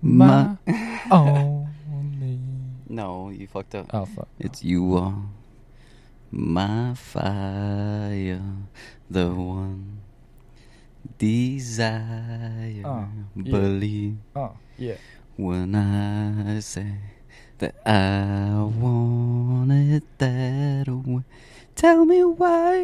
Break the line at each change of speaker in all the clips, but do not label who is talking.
My,
only.
no, you fucked up.
Oh fuck.
It's you uh, are my fire, the one desire.
Oh, yeah.
Believe
Oh yeah.
when I say that I want it that way. Tell me why.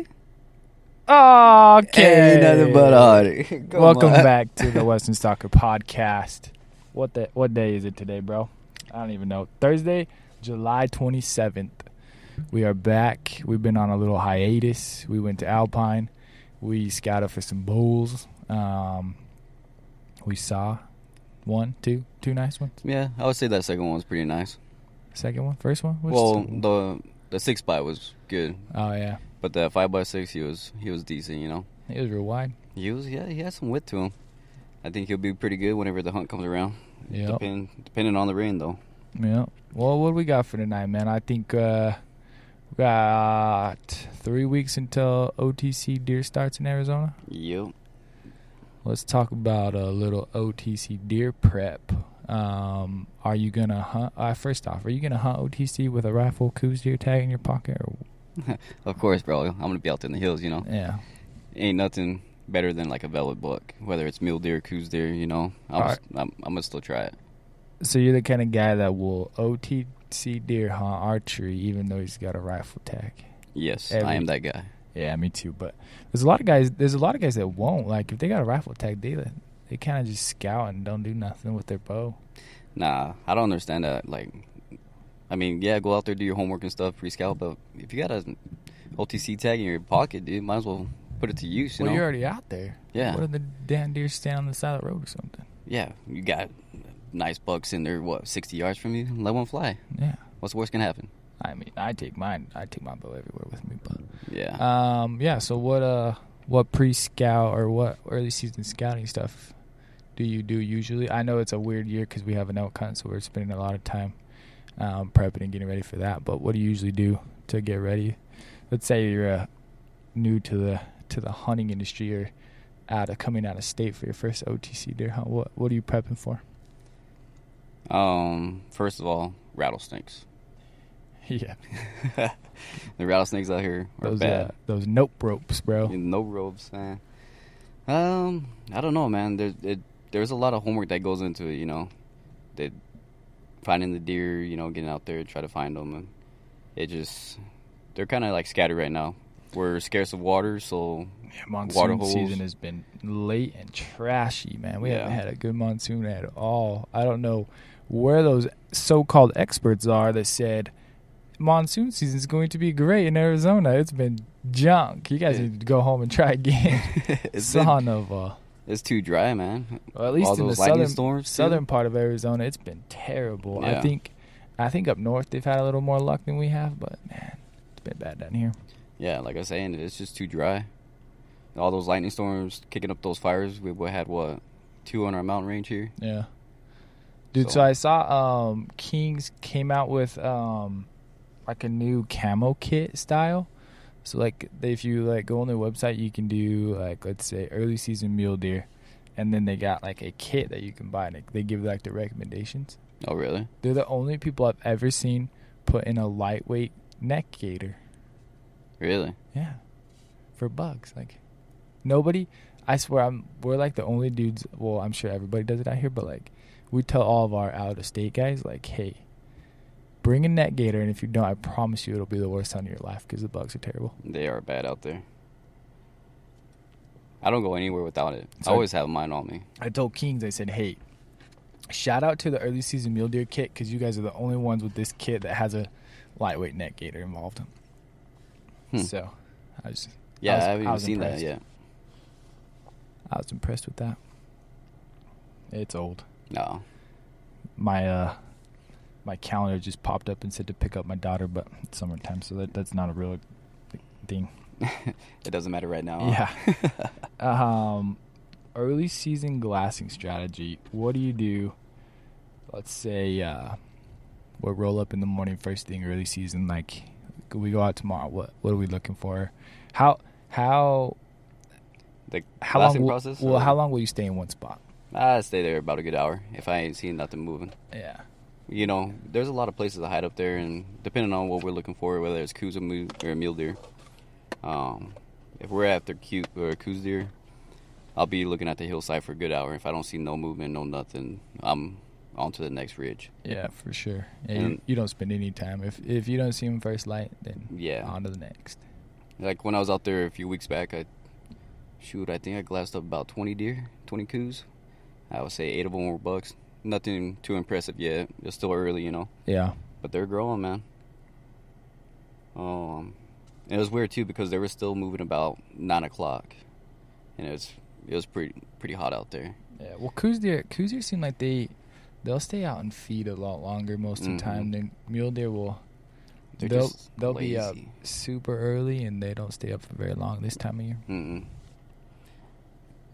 Okay.
Ain't nothing but heartache. Come
Welcome
on.
back to the Western Stalker podcast. What the, What day is it today, bro? I don't even know. Thursday, July twenty seventh. We are back. We've been on a little hiatus. We went to Alpine. We scouted for some bulls. Um, we saw one, two, two nice ones.
Yeah, I would say that second one was pretty nice.
Second one, first one. What's
well,
the-
the the six by was good,
oh yeah,
but the five by six he was he was decent. You know,
it was real wide.
he was yeah he had some width to him. I think he'll be pretty good whenever the hunt comes around.
Yeah.
Depend, depending on the rain though.
Yeah. Well, what do we got for tonight, man? I think uh, we got three weeks until OTC deer starts in Arizona.
Yep.
Let's talk about a little OTC deer prep. Um, are you gonna hunt? Uh, first off, are you gonna hunt OTC with a rifle coos deer tag in your pocket? Or,
Of course, bro. I'm gonna be out there in the hills. You know,
yeah.
ain't nothing better than like a velvet buck, whether it's mule deer, coos deer. You know, I'm,
Alright.
I'm, I'm gonna still try it.
So you're the kind of guy that will OTC deer hunt archery even though he's got a rifle tag.
Yes, I
Every-
am that guy.
Yeah, me too. But there's a lot of guys. There's a lot of guys that won't like if they got a rifle tag. They they kind of just scout and don't do nothing with their bow.
Nah, I don't understand that. Like, I mean, yeah, go out there, do your homework and stuff, pre-scout. But if you got a OTC tag in your pocket, dude, might as well put it to use. You
well,
know?
you're already out there.
yeah,
What if the damn deer stand on the side of the road or something?
yeah, you got nice bucks in there. What, sixty yards from you? Let one fly.
Yeah.
What's the worst can happen?
I mean, I take mine. I take my bow everywhere with me. But
Yeah.
um, yeah. So what uh, what pre scout or what early season scouting stuff do you do usually? I know it's a weird year because we have an elk hunt, so we're spending a lot of time um, prepping and getting ready for that. But what do you usually do to get ready? Let's say you're uh, new to the to the hunting industry or out of coming out of state for your first OTC deer hunt. What what are you prepping for? Uh,
Um, first of all, rattlesnakes.
yeah,
The rattlesnakes out here are
those
bad.
uh, those nope ropes, bro.
You know, No robes, man. Um, I don't know, man. There's it, there's a lot of homework that goes into it, you know. That finding the deer, you know, getting out there, try to find them, and it just they're kind of like scattered right now. We're scarce of water, so
Yeah, monsoon
Water holes.
season has been late and trashy, man. We haven't
Yeah.
had a good monsoon at all. I don't know where those so-called experts are that said monsoon season is going to be great in Arizona. It's been junk. You guys
Yeah.
need to go home and try again.
it's been-
Son of a.
it's too dry, man.
Well, at least
All
in the
those lightning
southern
storms, too.
southern part of Arizona, it's been terrible. I
Yeah.
think, I think up north they've had a little more luck than we have, but man, it's been bad down here.
Yeah, like I was saying, it's just too dry. All those lightning storms, kicking up those fires. We we had what two on our mountain range here.
Yeah. Dude, so,
So-
I saw um Kings came out with um like a new camo kit style. So like they- if you like go on their website, you can do like let's say early season mule deer and then they got like a kit that you can buy and they give like the recommendations.
Oh, really?
They're the only people I've ever seen put in a lightweight neck gaiter.
Really?
Yeah. For bugs. Like nobody I swear I'm we're like the only dudes well, I'm sure everybody does it out here, but like we tell all of our out of state guys, like, hey, bring a net gator and if you don't, I promise you it'll be the worst hunt of your life because the bugs are terrible.
They are bad out there. I don't go anywhere without it.
So-
I always have mine on me.
I told Kings, I said, hey, shout out to the early season mule deer kit because you guys are the only ones with this kit that has a lightweight net gator involved.
Hmm.
So I was
Yeah, I,
was-
haven't
I
even
was
seen
impressed.
that yet.
I was impressed with that. It's old.
No.
my uh my calendar just popped up and said to pick up my daughter, but it's summertime, so that that's not a real thing.
It doesn't matter right now. huh?
Yeah. um, early season glassing strategy. What do you do? Let's say uh, we roll up in the morning, first thing early season, like we go out tomorrow, what what are we looking for? How how
Like
how
lasting
long? will-
process.
well,
or-
how long will you stay in one spot?
I stay there about a good hour if I ain't seen nothing moving.
Yeah.
You know, there's a lot of places to hide up there, and depending on what we're looking for, whether it's coos or mu- or mule deer, um, if we're after cute or coos deer, I'll be looking at the hillside for a good hour. If I don't see no movement, no nothing, I'm on to the next ridge.
Yeah, for sure. Yeah, you,
And-
you don't spend any time if if you don't see him first light, then
Yeah.
on to the next.
Like when I was out there a few weeks back, I shoot, I think I glassed up about 20 deer, 20 coos. I would say eight of them were bucks. Nothing too impressive yet. It's still early, you know.
Yeah.
but they're growing, man. Um, and it was weird too because they were still moving about nine o'clock, and it was it was pretty pretty hot out there.
Yeah, well, coos deer, coos deer seem like they they'll stay out and feed a lot longer most of
Mhm.
the time than mule deer will.
They're
they'll
just
they'll be uh, up
lazy.
super early and they don't stay up for very long this time of year.
Mm-mm.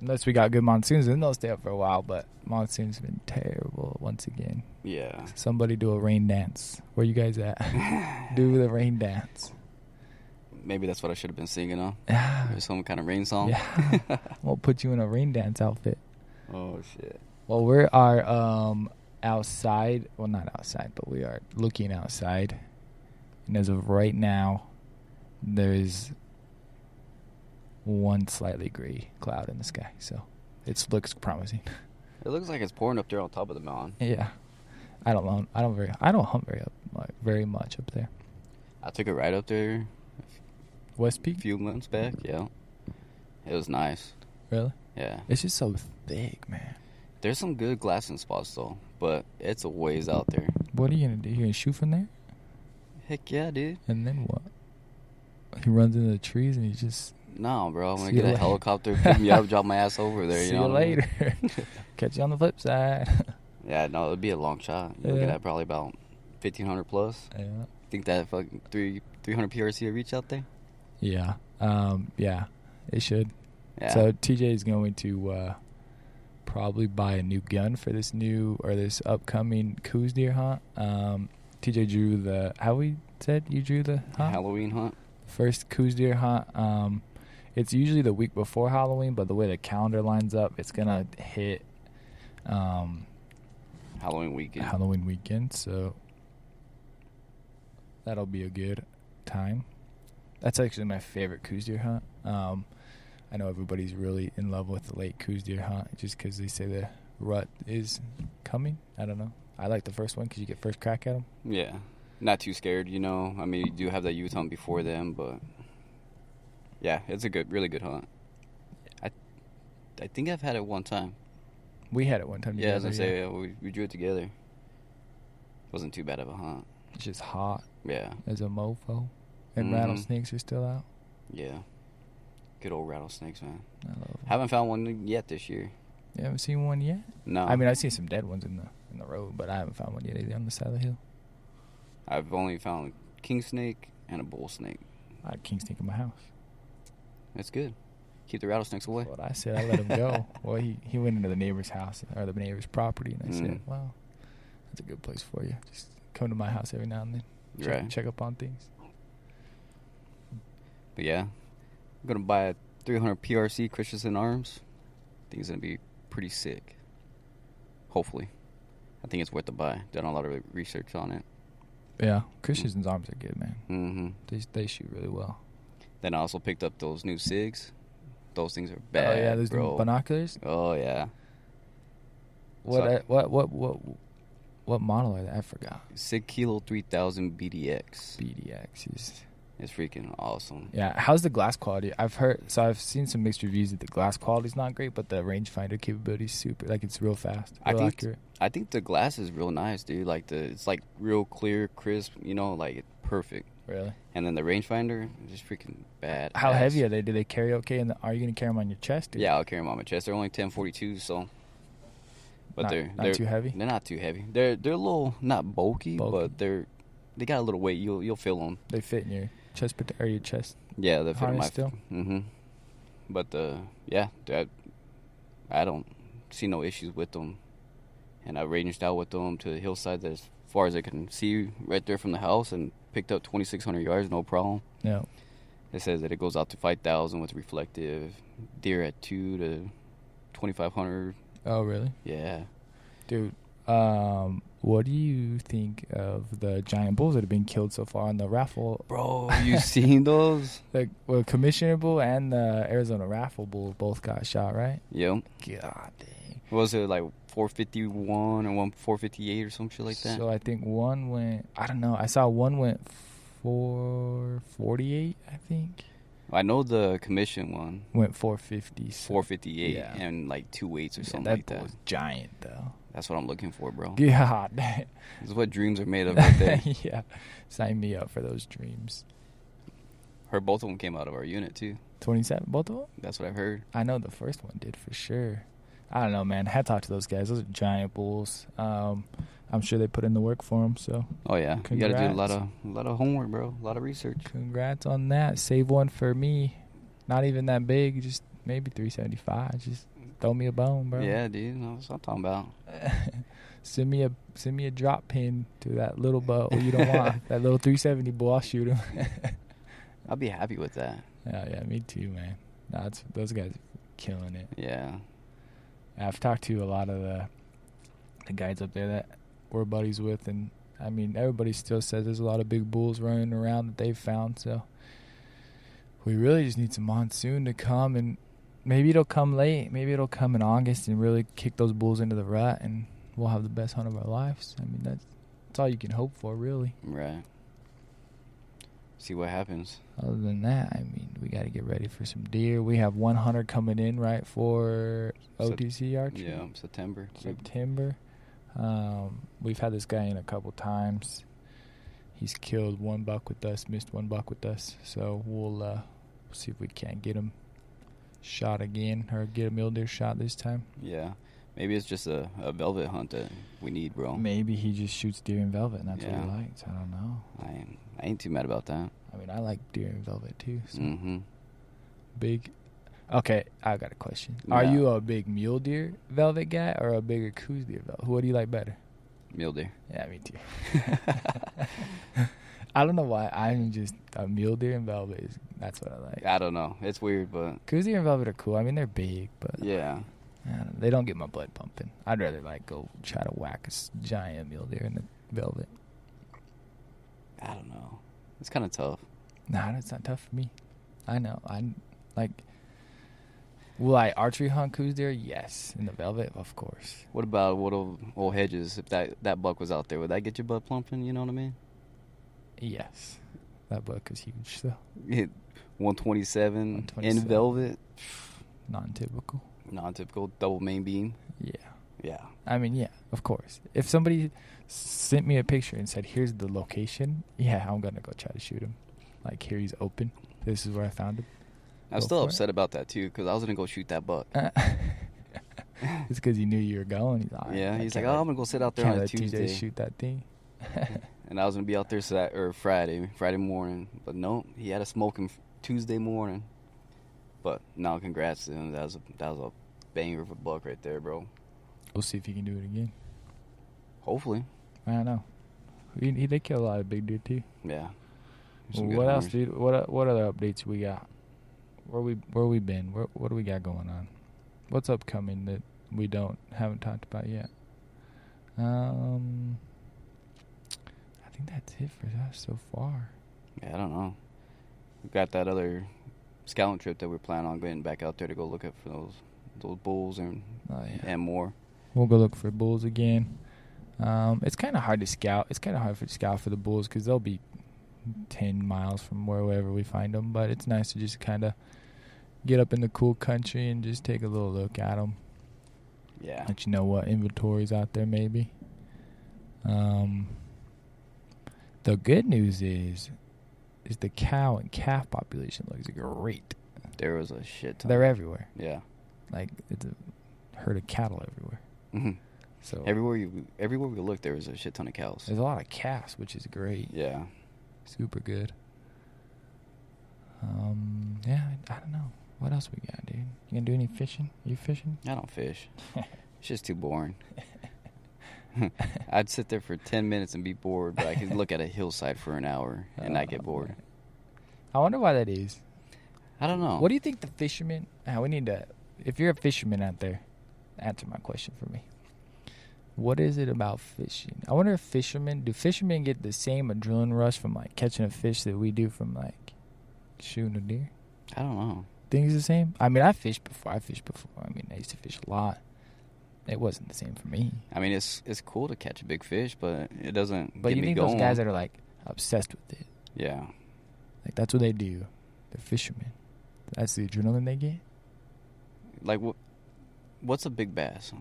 Unless we got good monsoons, then they'll stay up for a while. But monsoons have been terrible once again.
Yeah,
Somebody do a rain dance. Where you guys at? do the rain dance.
maybe that's what I should have been singing on.
Yeah.
Or some kind of rain song.
Yeah. We'll put you in a rain dance outfit.
oh shit.
Well, we are um outside. Well, not outside, but we are looking outside. And as of right now, there's one slightly gray cloud in the sky, so it looks promising.
It looks like it's pouring up there on top of the mountain.
yeah, I don't hunt. I don't very. I don't hunt very up mu- very much up there.
I took it right up there
West
a
Peak,
few months back. Yeah, it was nice.
really?
Yeah,
It's just so thick, man.
there's some good glassing spots though, but it's a ways out there.
What are you gonna do? You gonna shoot from there,
Heck yeah, dude.
and then what? He runs into the trees and he just
No, bro. I'm gonna
See
get
you
a
la-
helicopter, pick me up, drop my ass over there.
see
you know
you
what I mean?
later. Catch you on the flip side.
Yeah, no, it'd be a long shot. You're
Yeah.
looking at probably about 1500 plus.
yeah.
Think that fucking three 300 PRC will reach out there.
Yeah. Um, yeah. It should.
Yeah.
So TJ is going to uh, probably buy a new gun for this new or this upcoming coos deer hunt. Um, TJ drew the how we said you drew the hunt?
Halloween hunt.
first coos deer hunt. Um, it's usually the week before Halloween, but the way the calendar lines up, it's gonna hit um,
Halloween weekend.
Halloween weekend, so that'll be a good time. That's actually my favorite coos deer hunt. Um, I know everybody's really in love with the late coos deer hunt just because they say the rut is coming. I don't know. I like the first one because you get first crack at them.
yeah. Not too scared, you know. I mean, you do have that youth hunt before them, but yeah, it's a good, really good hunt. I, I think I've had it one time.
We had it one time.
Yeah, as I
together,
say, yeah, we, we drew it together. Wasn't too bad of a hunt.
It's just hot
Yeah,
as a mofo, and
Mhm.
rattlesnakes are still out.
yeah. Good old rattlesnakes, man.
I love 'em.
Haven't found one yet this year.
You haven't seen one yet.
No,
I mean, I've seen some dead ones in the in the road, but I haven't found one yet either on the side of the hill.
I've only found a king snake and a bull snake.
I had king snake in my house.
That's good. Keep the rattlesnakes away.
That's what I said. I let him go. well, he, he went into the neighbor's house or the neighbor's property, and I said,
Mm.
"Well, that's a good place for you. Just come to my house every now and then. Check,
Right.
check up on things."
But yeah, I'm gonna buy a 300 PRC Christensen Arms. Thing's gonna be pretty sick. Hopefully, I think it's worth the buy. Done a lot of research on it.
Yeah, Christian's arms are good, man.
hmm
They they shoot really well. Oh,
Then I also picked up those new Sigs. Those things are bad,
oh yeah, those new
bro.
binoculars.
oh yeah,
What
So-
I- what what what what model are they? I forgot.
Sig Kilo 3000 BDX.
BDXs.
It's freaking awesome.
Yeah, how's the glass quality? I've heard so I've seen some mixed reviews that the glass quality's not great, but the rangefinder capability is super. Like it's real fast,
I
real
think-
accurate.
I think the glass is real nice, dude. Like the it's like real clear, crisp. You know, like perfect.
Really?
And then the rangefinder is just freaking bad.
How heavy are they? Do they carry okay? And are you gonna carry them on your chest? or-
Yeah, I'll carry them on my chest. They're only ten forty two, so. But
Not-
they're
not
they're-
too heavy?
They're not too heavy. They're they're a little not bulky,
Bulky.
but they're they got a little weight. You'll you'll feel them.
They fit in your chest prote- or your chest.
Yeah, they fit in
Harness
my
still?
Mm-hmm. But uh, yeah, that I don't see no issues with them, and I ranged out with them to the hillside that as far as I can see right there from the house, and picked up 2,600 yards, no problem.
Yeah.
It says that it goes out to 5,000 with reflective. Deer at 2 to 2,500.
Oh, really?
Yeah.
Dude, um, what do you think of the giant bulls that have been killed so far in the raffle?
Bro, you seen those?
The well, Commissioner Bull and the Arizona Raffle Bull both got shot, right?
Yep.
God dang.
What was it like 451 or one 458 or some shit like that?
So I think one went, I don't know. I saw one went 448, I think.
I know the commission one
Went 450. So
458
Yeah.
and like two weights or
Yeah,
something
that
like
bull
that.
was giant, though.
That's what I'm looking for, bro.
God
This is what dreams are made of right there.
yeah. Sign me up for those dreams.
Her both of them came out of our unit too.
27, both of them?
That's what I've heard.
I know the first one did for sure. I don't know, man. Hats off to those guys. Those are giant bulls. Um, I'm sure they put in the work for them. So
Oh yeah, you got to do a lot
Congrats.
of a lot of homework, bro. A lot of research.
congrats on that. Save one for me. Not even that big. Just maybe 375. Just throw me a bone, bro.
Yeah, dude. That's what I'm talking about.
send me a send me a drop pin to that little bow you don't want. that little 370 bull. I'll shoot him.
I'll be happy with that.
yeah, yeah. Me too, man. Nah, that's, those guys are killing it.
Yeah.
I've talked to a lot of the the guys up there that we're buddies with, and I mean everybody still says there's a lot of big bulls running around that they've found. So we really just need some monsoon to come, and maybe it'll come late, maybe it'll come in August, and really kick those bulls into the rut, and we'll have the best hunt of our lives. I mean that's that's all you can hope for, really.
Right. See what happens.
Other than that, I mean we got to get ready for some deer. We have one hunter coming in right for
So-
OTC archery.
Yeah, September.
September. Um, we've had this guy in a couple times. He's killed one buck with us, missed one buck with us. So we'll uh, see if we can't get him shot again or get a mule deer shot this time.
Yeah. Maybe it's just a, a velvet hunt that we need, bro.
Maybe he just shoots deer in velvet and that's what
Yeah.
he likes. I don't know.
I ain't, I ain't too mad about that.
I mean, I like deer in velvet too. So
Mm-hmm.
big. Okay, I got a question. Are
Yeah.
you a big mule deer velvet guy or a bigger coos deer velvet? What do you like better?
Mule deer.
Yeah, me too. I don't know why. I'm just a mule deer and velvet. Is, that's what I like.
I don't know. It's weird, but
Coos deer and velvet are cool. I mean, they're big, but
yeah.
I don't- they don't get my blood pumping. I'd rather like go try to whack a s- giant mule deer in the velvet.
I don't know. It's kind of tough.
Nah, that's not tough for me. I know. I like. Will I archery hunt coos deer? Yes, in the velvet, of course.
What about what old, old hedges? If that that buck was out there, would that get your butt plumping? You know what I mean?
Yes, that book is huge though.
Hit 127, in
127.
velvet,
Non-typical.
non-typical double main beam.
Yeah.
Yeah,
I mean, yeah, of course. If somebody sent me a picture and said, "Here's the location," yeah, I'm gonna go try to shoot him. Like here, he's open. This is where I found him.
I'm
Go
still
for it.
upset about that too because I was gonna go shoot that buck.
it's because he knew you were going. He's like, "All
yeah,
right, I
he's like,
can't
oh,
let-
I'm gonna go sit out there
can't
on a
let
Tuesday,
shoot that thing.
and I was gonna be out there Sat or Friday, Friday morning. But nope, he had a smoking f- Tuesday morning. But no, congrats to him. That was a, that was a banger of a buck right there, bro.
We'll see if he can do it again.
Hopefully,
I don't know. He, he, they kill a lot of big deer too.
yeah. There's some
Well,
good
what else,
hunters.
dude? What what other updates we got? Where we where we been? Where, what do we got going on? What's upcoming that we don't haven't talked about yet? Um, I think that's it for us so far.
Yeah, I don't know. We've got that other scouting trip that we're planning on getting back out there to go look up for those those bulls and
Oh
and more.
we'll go look for bulls again. Um, it's kind of hard to scout. It's kind of hard for to scout for the bulls because they'll be ten miles from wherever we find them. But it's nice to just kind of get up in the cool country and just take a little look at them.
Yeah,
let you know what inventories out there maybe. Um, the good news is, is the cow and calf population looks great.
there was a shit ton.
They're everywhere.
yeah,
Like it's a herd of cattle everywhere.
Mhm.
So
everywhere you everywhere we looked, there was a shit ton of cows.
there's a lot of calves, which is great.
Yeah,
Super good. Um, yeah, I, I don't know. What else we got, dude? You gonna do any fishing? You fishing?
I don't fish. it's just too boring. I'd sit there for 10 minutes and be bored, but I could look at a hillside for an hour and not
Oh,
get bored.
I wonder why that is.
I don't know.
What do you think the fishermen? Uh, we need to. If you're a fisherman out there, answer my question for me. What is it about fishing? I wonder if fishermen do fishermen get the same adrenaline rush from like catching a fish that we do from like shooting a deer?
I don't know.
Think it's the same? I mean, I fished before. I fished before. I mean, I used to fish a lot. It wasn't the same for me.
I mean, it's it's cool to catch a big fish, but it doesn't
But
get
you
me
think
going.
those guys that are like obsessed with it,
yeah.
like that's what they do. They're fishermen. That's the adrenaline they get.
Like what what's a big bass?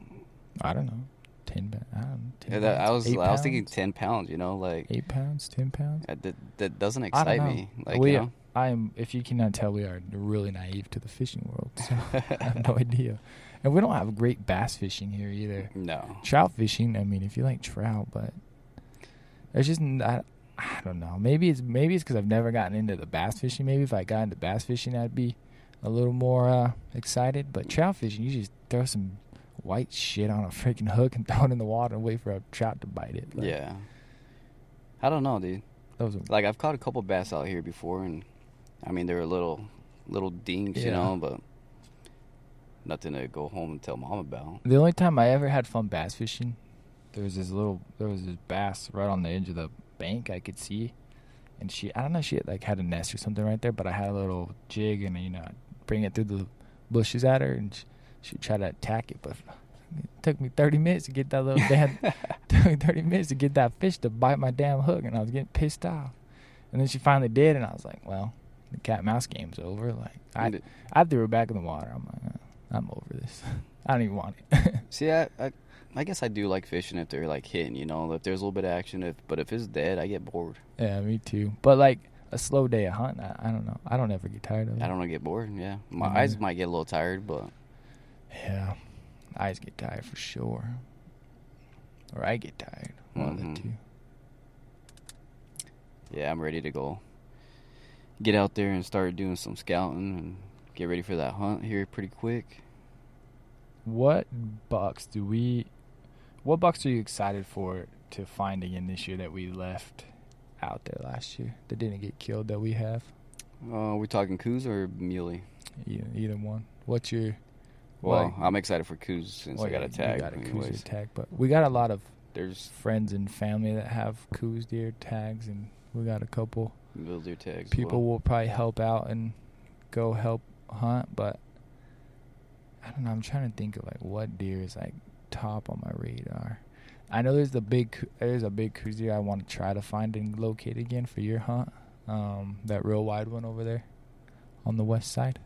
I don't know. Ten. ba- I don't know. 10
Yeah, that- I
pounds,
was I
eight
was thinking
pounds?
10 pounds, you know, like
Eight pounds, ten pounds.
uh, that, that doesn't
I don't
excite
know.
me. Like,
we,
you know.
I am. If you cannot tell, we are really naive to the fishing world. So I have no idea, and we don't have great bass fishing here either.
No.
Trout fishing. I mean, if you like trout, but there's just n- I, I don't know. Maybe it's maybe it's because I've never gotten into the bass fishing. Maybe if I got into bass fishing, I'd be a little more uh, excited. But trout fishing, you just throw some white shit on a freaking hook and throw it in the water and wait for a trout to bite it. Like,
Yeah. I don't know, dude.
those are
Like I've caught a couple bass out here before, and I mean they're little, little dinks, you
Yeah.
know, but nothing to go home and tell mom about.
The only time I ever had fun bass fishing, there was this little, there was this bass right on the edge of the bank I could see, and she, I don't know, she had like had a nest or something right there, but I had a little jig and you know, I'd bring it through the bushes at her, and she, she'd try to attack it, but it took me 30 minutes to get that little damn, took me 30 minutes to get that fish to bite my damn hook, and I was getting pissed off, and then she finally did, and I was like, well, the cat and mouse game's over, like I,
And-
I threw her back in the water, I'm like, "Uh, I'm over this, I don't even want it.
See, I, I, I guess I do like fishing if they're like hitting, you know, if there's a little bit of action. If but if it's dead, I get bored.
Yeah, me too. But like a slow day of hunting, I, I don't know. I don't ever get tired of it.
I don't know, get bored. Yeah, my
Mhm.
eyes might get a little tired, but
Yeah, eyes get tired for sure, or I get tired. One of
Mhm.
the two.
yeah, I'm ready to go. Get out there and start doing some scouting and get ready for that hunt here pretty quick.
What bucks do we? What bucks are you excited for to find again this year that we left out there last year that didn't get killed that we have?
Uh, we talking coos or muley?
Either, either one. What's your?
Well,
like-
I'm excited for coos since I
well,
got
you-
a tag.
You got a coos
anyways.
tag, but we got a lot of
There's
friends and family that have coos deer tags, and we got a couple
build your tags.
people will probably help out and go help hunt, but I don't know. I'm trying to think of like what deer is like top on my radar. I know there's the big coo- there's a big coos deer I want to try to find and locate again for your hunt. Um, that real wide one over there on the west side,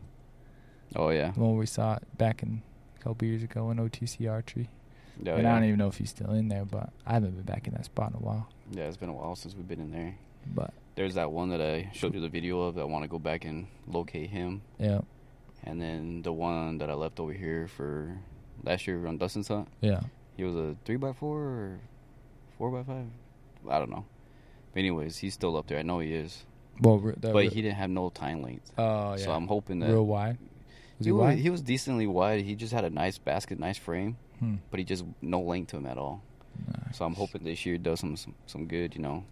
Oh yeah.
the one we saw it back in a couple years ago in OTC archery.
Yeah,
and
Oh, yeah.
I don't even know if he's still in there, but I haven't been back in that spot in a while.
yeah, it's been a while since we've been in there.
But
There's that one that I showed you the video of. that I want to go back and locate him,
yeah,
and then the one that I left over here for last year on Dustin's hunt.
yeah,
He was a three by four or four by five. I don't know. But anyways, he's still up there. I know he is,
well, re- that
but
re-
he didn't have no time length.
oh yeah,
So I'm hoping that
real wide. Was
he,
he
wa-
wide?
he was decently wide. He just had a nice basket, nice frame,
Hmm.
but he just no length to him at all. So I'm
Nice.
hoping this year does some some, some good. You know.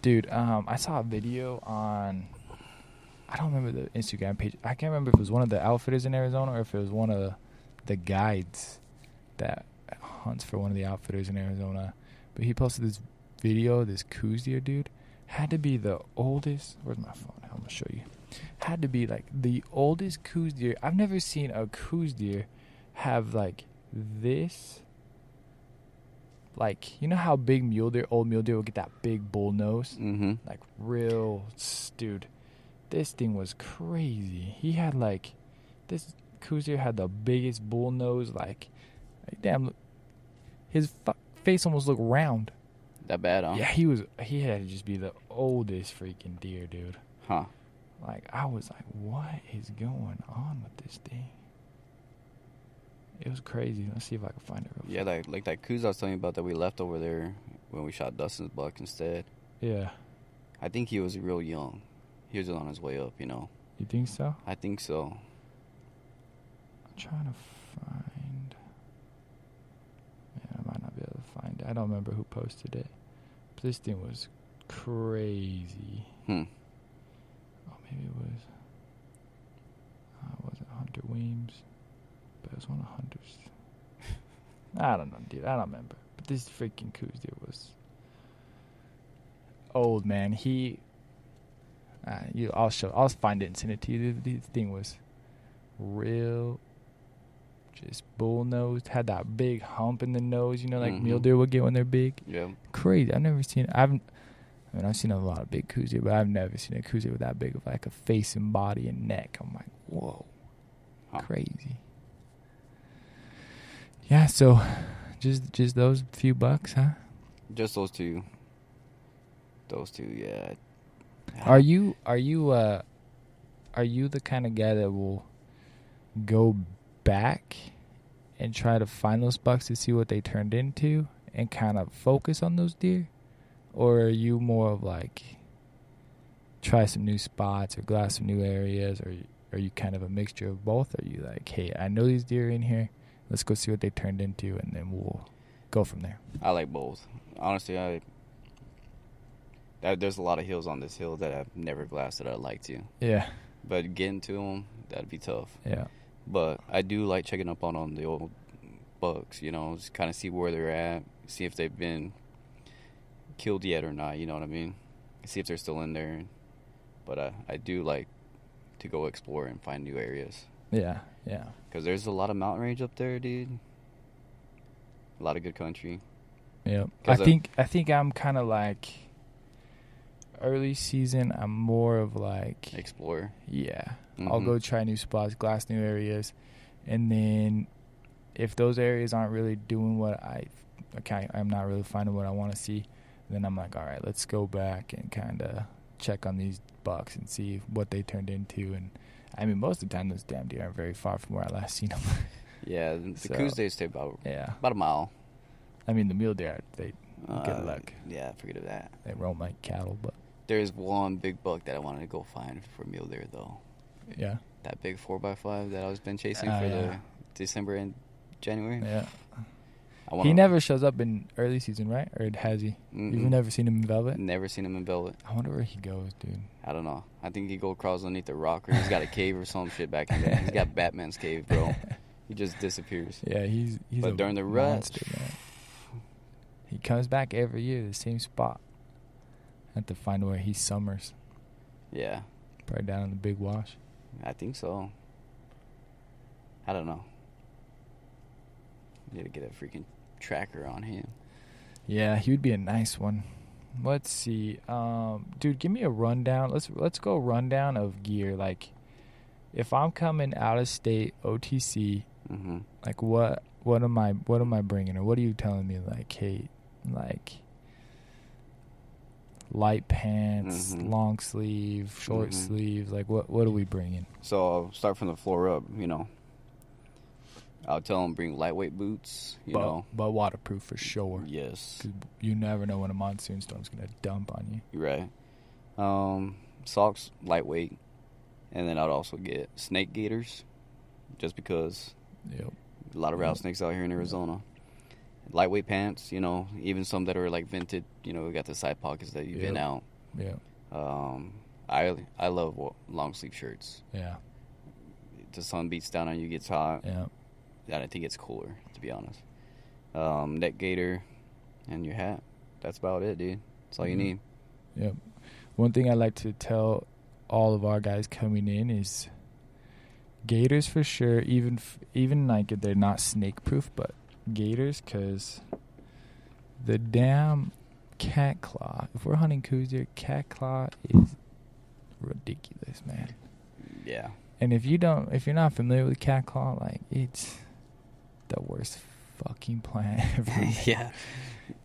Dude, um, I saw a video on. I don't remember the Instagram page. I can't remember if it was one of the outfitters in Arizona or if it was one of the guides that hunts for one of the outfitters in Arizona. But he posted this video. This coos deer dude had to be the oldest. Where's my phone? I'm gonna show you. Had to be like the oldest coos deer. I've never seen a coos deer have like this. Like you know how big mule deer, old mule deer will get that big bull nose
Mm-hmm.
like real s- dude this thing was crazy he had like this Kuzir had the biggest bull nose like, like damn look- his fu- face almost looked round
That bad, huh?
yeah he was he had to just be the oldest freaking deer dude
Huh.
like i was like what is going on with this thing it was crazy let's see if i can find it real
Yeah, like like that coos I was telling you about that we left over there when we shot Dustin's buck instead.
yeah
I think he was real young. He was just on his way up, you know.
you think so
I think so.
I'm trying to find. Man, I might not be able I don't remember who posted it. But this thing was crazy.
Hmm.
Oh, maybe it was. Uh, it wasn't Hunter Weems, but it was one of Hunter's. I don't know, dude. I don't remember. But this freaking coos dude was old, man. He. Uh, you, I'll show. I'll find it and send it to you. This, this thing was real, just bull nosed. Had that big hump in the nose, you know, like mule
Mhm.
deer would get when they're big
Yeah.
crazy. I've never seen. I've. I mean, I've seen a lot of big koozie, but I've never seen a koozie with that big of like a face and body and neck. I'm like, whoa,
Huh.
crazy. Yeah. So, just just those few bucks, huh?
Just those two. Those two, yeah.
Are you are you uh, are you the kind of guy that will go back and try to find those bucks to see what they turned into and kind of focus on those deer, or are you more of like try some new spots or glass some new areas, or are you kind of a mixture of both? Are you like, hey, I know these deer are in here, let's go see what they turned into, and then we'll go from there.
I like both. Honestly, I. That, there's a lot of hills on this hill that I've never glassed that I'd like to.
Yeah,
But getting to them, that'd be tough.
yeah,
But I do like checking up on, on the old bucks, you know, just kind of see where they're at, see if they've been killed yet or not, you know what I mean? See if they're still in there. But I, I do like to go explore and find new areas.
yeah, yeah.
Because there's a lot of mountain range up there, dude. A lot of good country.
Yeah, I
'Cause I-
think I think I'm kind of like early season. I'm more of like
Explore.
yeah. I'll
Mhm.
go try new spots, glass new areas, and then if those areas aren't really doing what I okay, I'm not really finding what I want to see, then I'm like, all right, let's go back and kind of check on these bucks and see what they turned into. And I mean, most of the time, those damn deer aren't very far from where I last seen them.
Yeah, the the
So-
coos they stay about,
yeah,
about a mile.
I mean the mule deer they Good luck.
Uh, Yeah, forget that.
they roam like cattle, but
There's one big buck that I wanted to go find for mule deer, though.
yeah,
that big four x five that I was been chasing
Oh,
for
yeah.
the December and January.
yeah.
I wanna,
He never shows up in early season, right? Or has he? You've
Mm-mm.
never seen him in Velvet?
never seen him in Velvet.
I wonder where he goes, dude.
I don't know. I think he go across underneath a rock or he's got a cave or some shit back in there. He's got Batman's cave, bro. He just disappears.
Yeah, he's he's
But
a
during the rut-
monster, man. He comes back every year, to the same spot. Have to find where he summers,
Yeah,
probably down in the big wash.
I think so. I don't know. Need to get a freaking tracker on him.
Yeah, he would be a nice one. Let's see, um, dude. Give me a rundown. Let's let's go rundown of gear. Like, if I'm coming out of state OTC,
hmm
like what what am i what am i bringing or what are you telling me like hey like light pants
Mhm.
long sleeve short
Mhm.
sleeves like what what are we bringing
So I'll start from the floor up. You know, I'll tell him bring lightweight boots. You
but,
know,
but waterproof for sure
yes.
'Cause you never know when a monsoon storm's gonna dump on you
You're Right. Um, socks, lightweight. And then I'd also get snake gaiters, just because
yep
a lot of
Yeah.
rattlesnakes out here in
Mm-hmm. Yeah.
Arizona. Lightweight pants, you know, even some that are like vented, you know, we got the side pockets that you've been
Yep.
out.
yeah
Um, I I love wa- long sleeve shirts.
yeah
The sun beats down on you, gets hot,
yeah
and I think it's cooler, to be honest. Um, neck gaiter and your hat. That's about it, dude. That's all
Mhm.
you need.
Yep. One thing I like to tell all of our guys coming in is gators for sure. Even f- even like if they're not snake proof, but gators because the damn cat claw. If we're hunting coos here, cat claw is ridiculous, man.
Yeah.
And if you don't, if you're not familiar with cat claw, like it's the worst fucking plant ever. man.
yeah.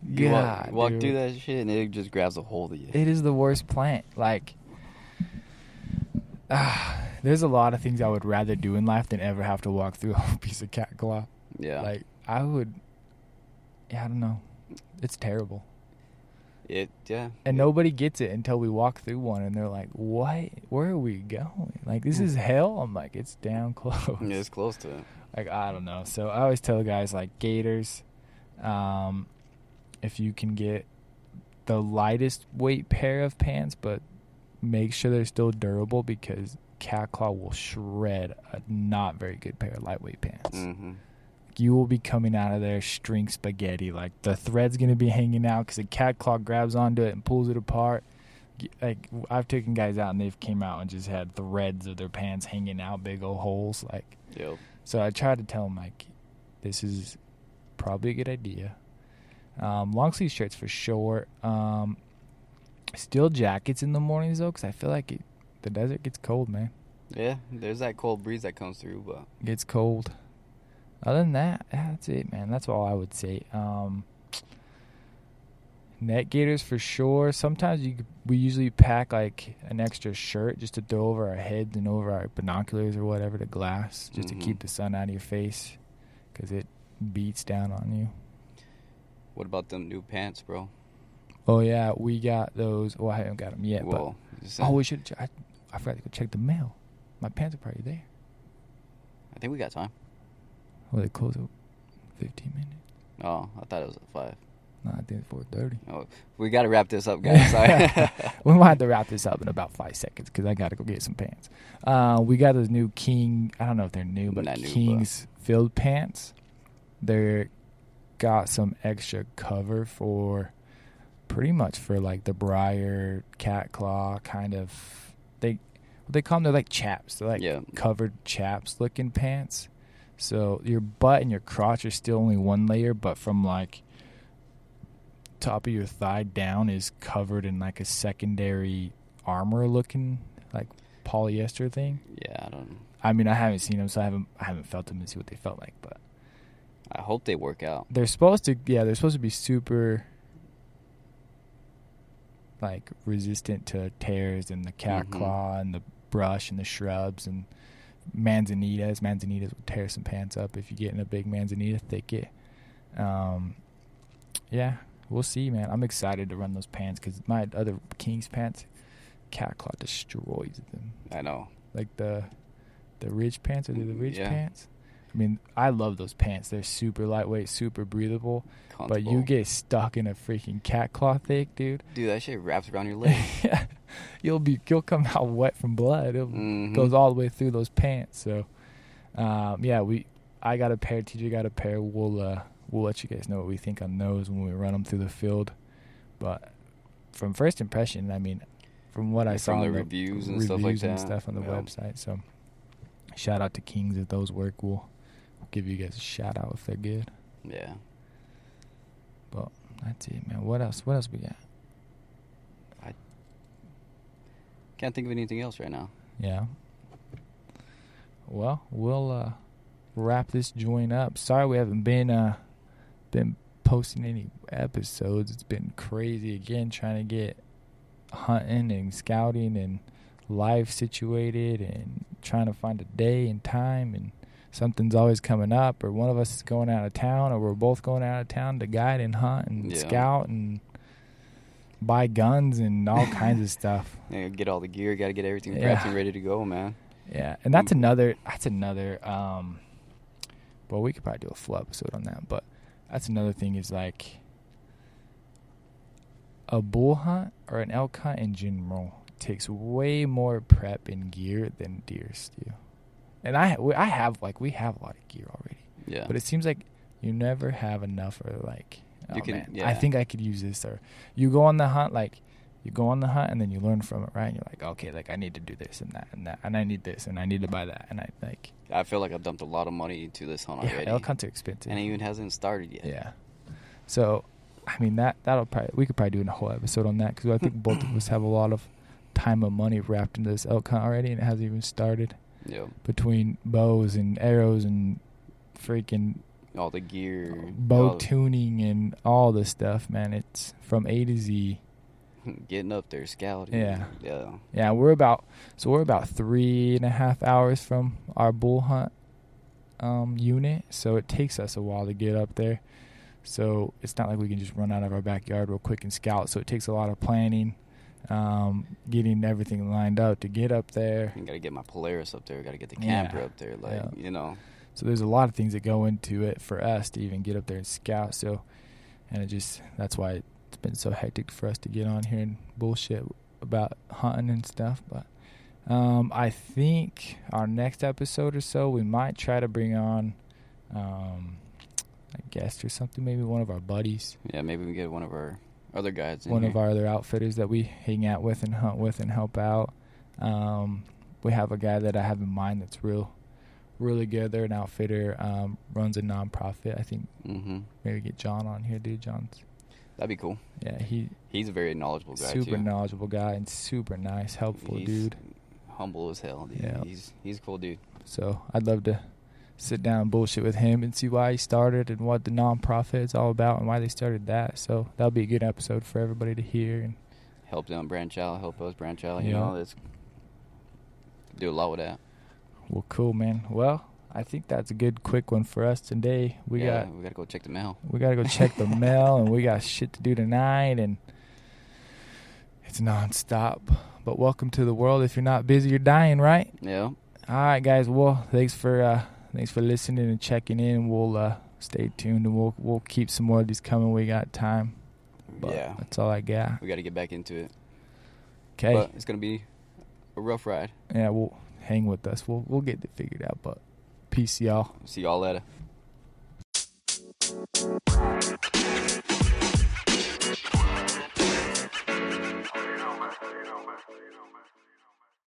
You
God,
walk, walk through
dude.
that shit and it just grabs a hold of you.
It is the worst plant. Like, ah, there's a lot of things I would rather do in life than ever have to walk through a piece of cat claw.
yeah.
Like, I would. Yeah, I don't know. It's terrible,
it yeah.
and
it-
nobody gets it until we walk through one, and they're like, "What? Where are we going? Like, this is hell." I'm like, "It's down close."
Mm. yeah, it's close to it.
Like, I don't know. So I always tell guys like gators, um, if you can get the lightest weight pair of pants, but make sure they're still durable because cat claw will shred a not very good pair of lightweight pants.
Mm-hmm.
You will be coming out of there string spaghetti. Like the thread's gonna be hanging out because the cat claw grabs onto it and pulls it apart. Y- Like I've taken guys out and they've came out and just had threads of their pants hanging out, big old holes. Like
Yep.
so I tried to tell him like, this is probably a good idea. Um, long sleeve shirts for sure. Um, still jackets in the mornings though, because I feel like it, the desert gets cold, man.
Yeah, there's that cold breeze that comes through, but
It gets cold. Other than that, yeah, that's it, man. That's all I would say. Um, net gaiters for sure. Sometimes you could- we usually pack like an extra shirt just to throw over our heads and over our binoculars or whatever to glass, just
Mhm.
to keep the sun out of your face, because it beats down on you.
what about them new pants, bro?
Oh yeah, we got those. Well, I haven't got them yet,
Well, just
but oh,
saying.
we should. I, I forgot to go check the mail. My pants are probably there.
I think we got time.
Well, they close at fifteen minutes.
Oh, I thought it was at five.
No, I think it's four thirty.
Oh, we got to wrap this up, guys. Sorry.
Mm. we might have to wrap this up in about five seconds because I got to go get some pants. Uh, we got those new King. I don't know if they're new, but
Not new, but-
King's filled pants. They're got some extra cover for pretty much for like the briar cat claw kind of they what they call them they're like chaps they're like
Yeah.
covered chaps looking pants so your butt and your crotch are still only one layer but from like top of your thigh down is covered in like a secondary armor looking like polyester thing.
yeah, I don't.
I mean, I haven't seen them, so I haven't I haven't felt them and see what they felt like. But
I hope they work out.
they're supposed to, yeah, they're supposed to be super like resistant to tears and the cat
Mhm.
claw and the brush and the shrubs and manzanitas. Manzanitas will tear some pants up if you get in a big manzanita thicket. Um, yeah, we'll see, man. I'm excited to run those pants because my other Kings pants, cat claw destroys them.
I know.
Like the the ridge pants, are they the ridge
Yeah.
pants? I mean, I love those pants. They're super lightweight, super breathable. But
Comfortable.
you get stuck in a freaking cat claw thick, dude.
dude, that shit wraps around your leg.
you'll be you'll come out wet from blood. It
Mhm.
goes all the way through those pants. So, um, yeah, we I got a pair. TJ got a pair. We'll uh, we'll let you guys know what we think on those when we run them through the field. But from first impression, I mean, from what I
From
saw
the
on
reviews and stuff like
reviews and
that,
stuff on the
yeah.
website. So, shout out to Kings if those work. We'll, we'll give you guys a shout out if they're good.
Yeah.
But that's it, man. What else? What else we got?
Can't think of anything else right now.
Yeah. Well, we'll uh, wrap this joint up. Sorry we haven't been uh, been posting any episodes. It's been crazy again trying to get hunting and scouting and life situated and trying to find a day and time and something's always coming up or one of us is going out of town or we're both going out of town to guide and hunt and
Yeah.
scout and buy guns and all kinds of stuff.
Yeah, get all the gear. Got to get everything
Yeah.
prepped and ready to go, man.
Yeah, and that's
Mm.
another. That's another. Um, well, we could probably do a full episode on that, but that's another thing is like a bull hunt or an elk hunt in general takes way more prep and gear than deers do. And I, we- I have like we have a lot of gear already,
Yeah.
but it seems like you never have enough or like oh
You can-
man, I
yeah.
think I could use this or you go on the hunt like you go on the hunt and then you learn from it, right? And you're like, okay, like I need to do this and that and that and I need this and I need to buy that and I like
I feel like I've dumped a lot of money into this hunt
yeah,
already,
elk hunts are expensive.
and it even hasn't started yet.
yeah. So, I mean that that'll probably we could probably do a whole episode on that because I think both of us have a lot of time and money wrapped into this elk hunt already and it hasn't even started
Yep.
between bows and arrows and freaking
All the gear.
bow
all-
tuning and all this stuff, man. It's from A to Z.
Getting up there, scouting.
Yeah.
Yeah.
Yeah, we're about so we're about three and a half hours from our bull hunt um, unit, so it takes us a while to get up there. So it's not like we can just run out of our backyard real quick and scout. So it takes a lot of planning, um, getting everything lined up to get up there.
I gotta get my Polaris up there. Gotta get the
Yeah.
camper up there. Like
Yeah.
you know,
So there's a lot of things that go into it for us to even get up there and scout. So and it just that's why it's been so hectic for us to get on here and bullshit about hunting and stuff. But um, I think our next episode or so, we might try to bring on um, a guest or something, maybe one of our buddies,
Yeah, maybe we get one of our other guys. In
one
here.
of our other outfitters that we hang out with and hunt with and help out. Um, we have a guy that I have in mind that's real, really good. They're an outfitter, um, runs a nonprofit. I think
Mm-hmm.
maybe get John on here, dude. John's
That'd be cool.
yeah, he
He's a very knowledgeable guy
super
too.
knowledgeable guy and super nice, helpful
He's-
dude.
Humble as hell. Dude.
Yeah.
He's he's a cool dude.
So I'd love to sit down and bullshit with him and see why he started and what the nonprofit is all about and why they started that. So that'll be a good episode for everybody to hear. And
Help them branch out. Help us branch out. You
Yeah.
know, that's do a lot with that.
well, cool, man. Well, I think that's a good quick one for us today. We
yeah,
got
we gotta go check the mail.
we got to go check the mail and we got shit to do tonight and it's nonstop. But welcome to the world. If you're not busy, you're dying, right?
Yeah.
All right, guys. Well, thanks for uh, thanks for listening and checking in. We'll uh, stay tuned and we'll we'll keep some more of these coming. We got time. But
yeah.
that's all I got.
We gotta get back into it.
Okay.
But it's gonna be a rough ride.
yeah, we'll hang with us. We'll we'll get it figured out. But peace, y'all.
See y'all later.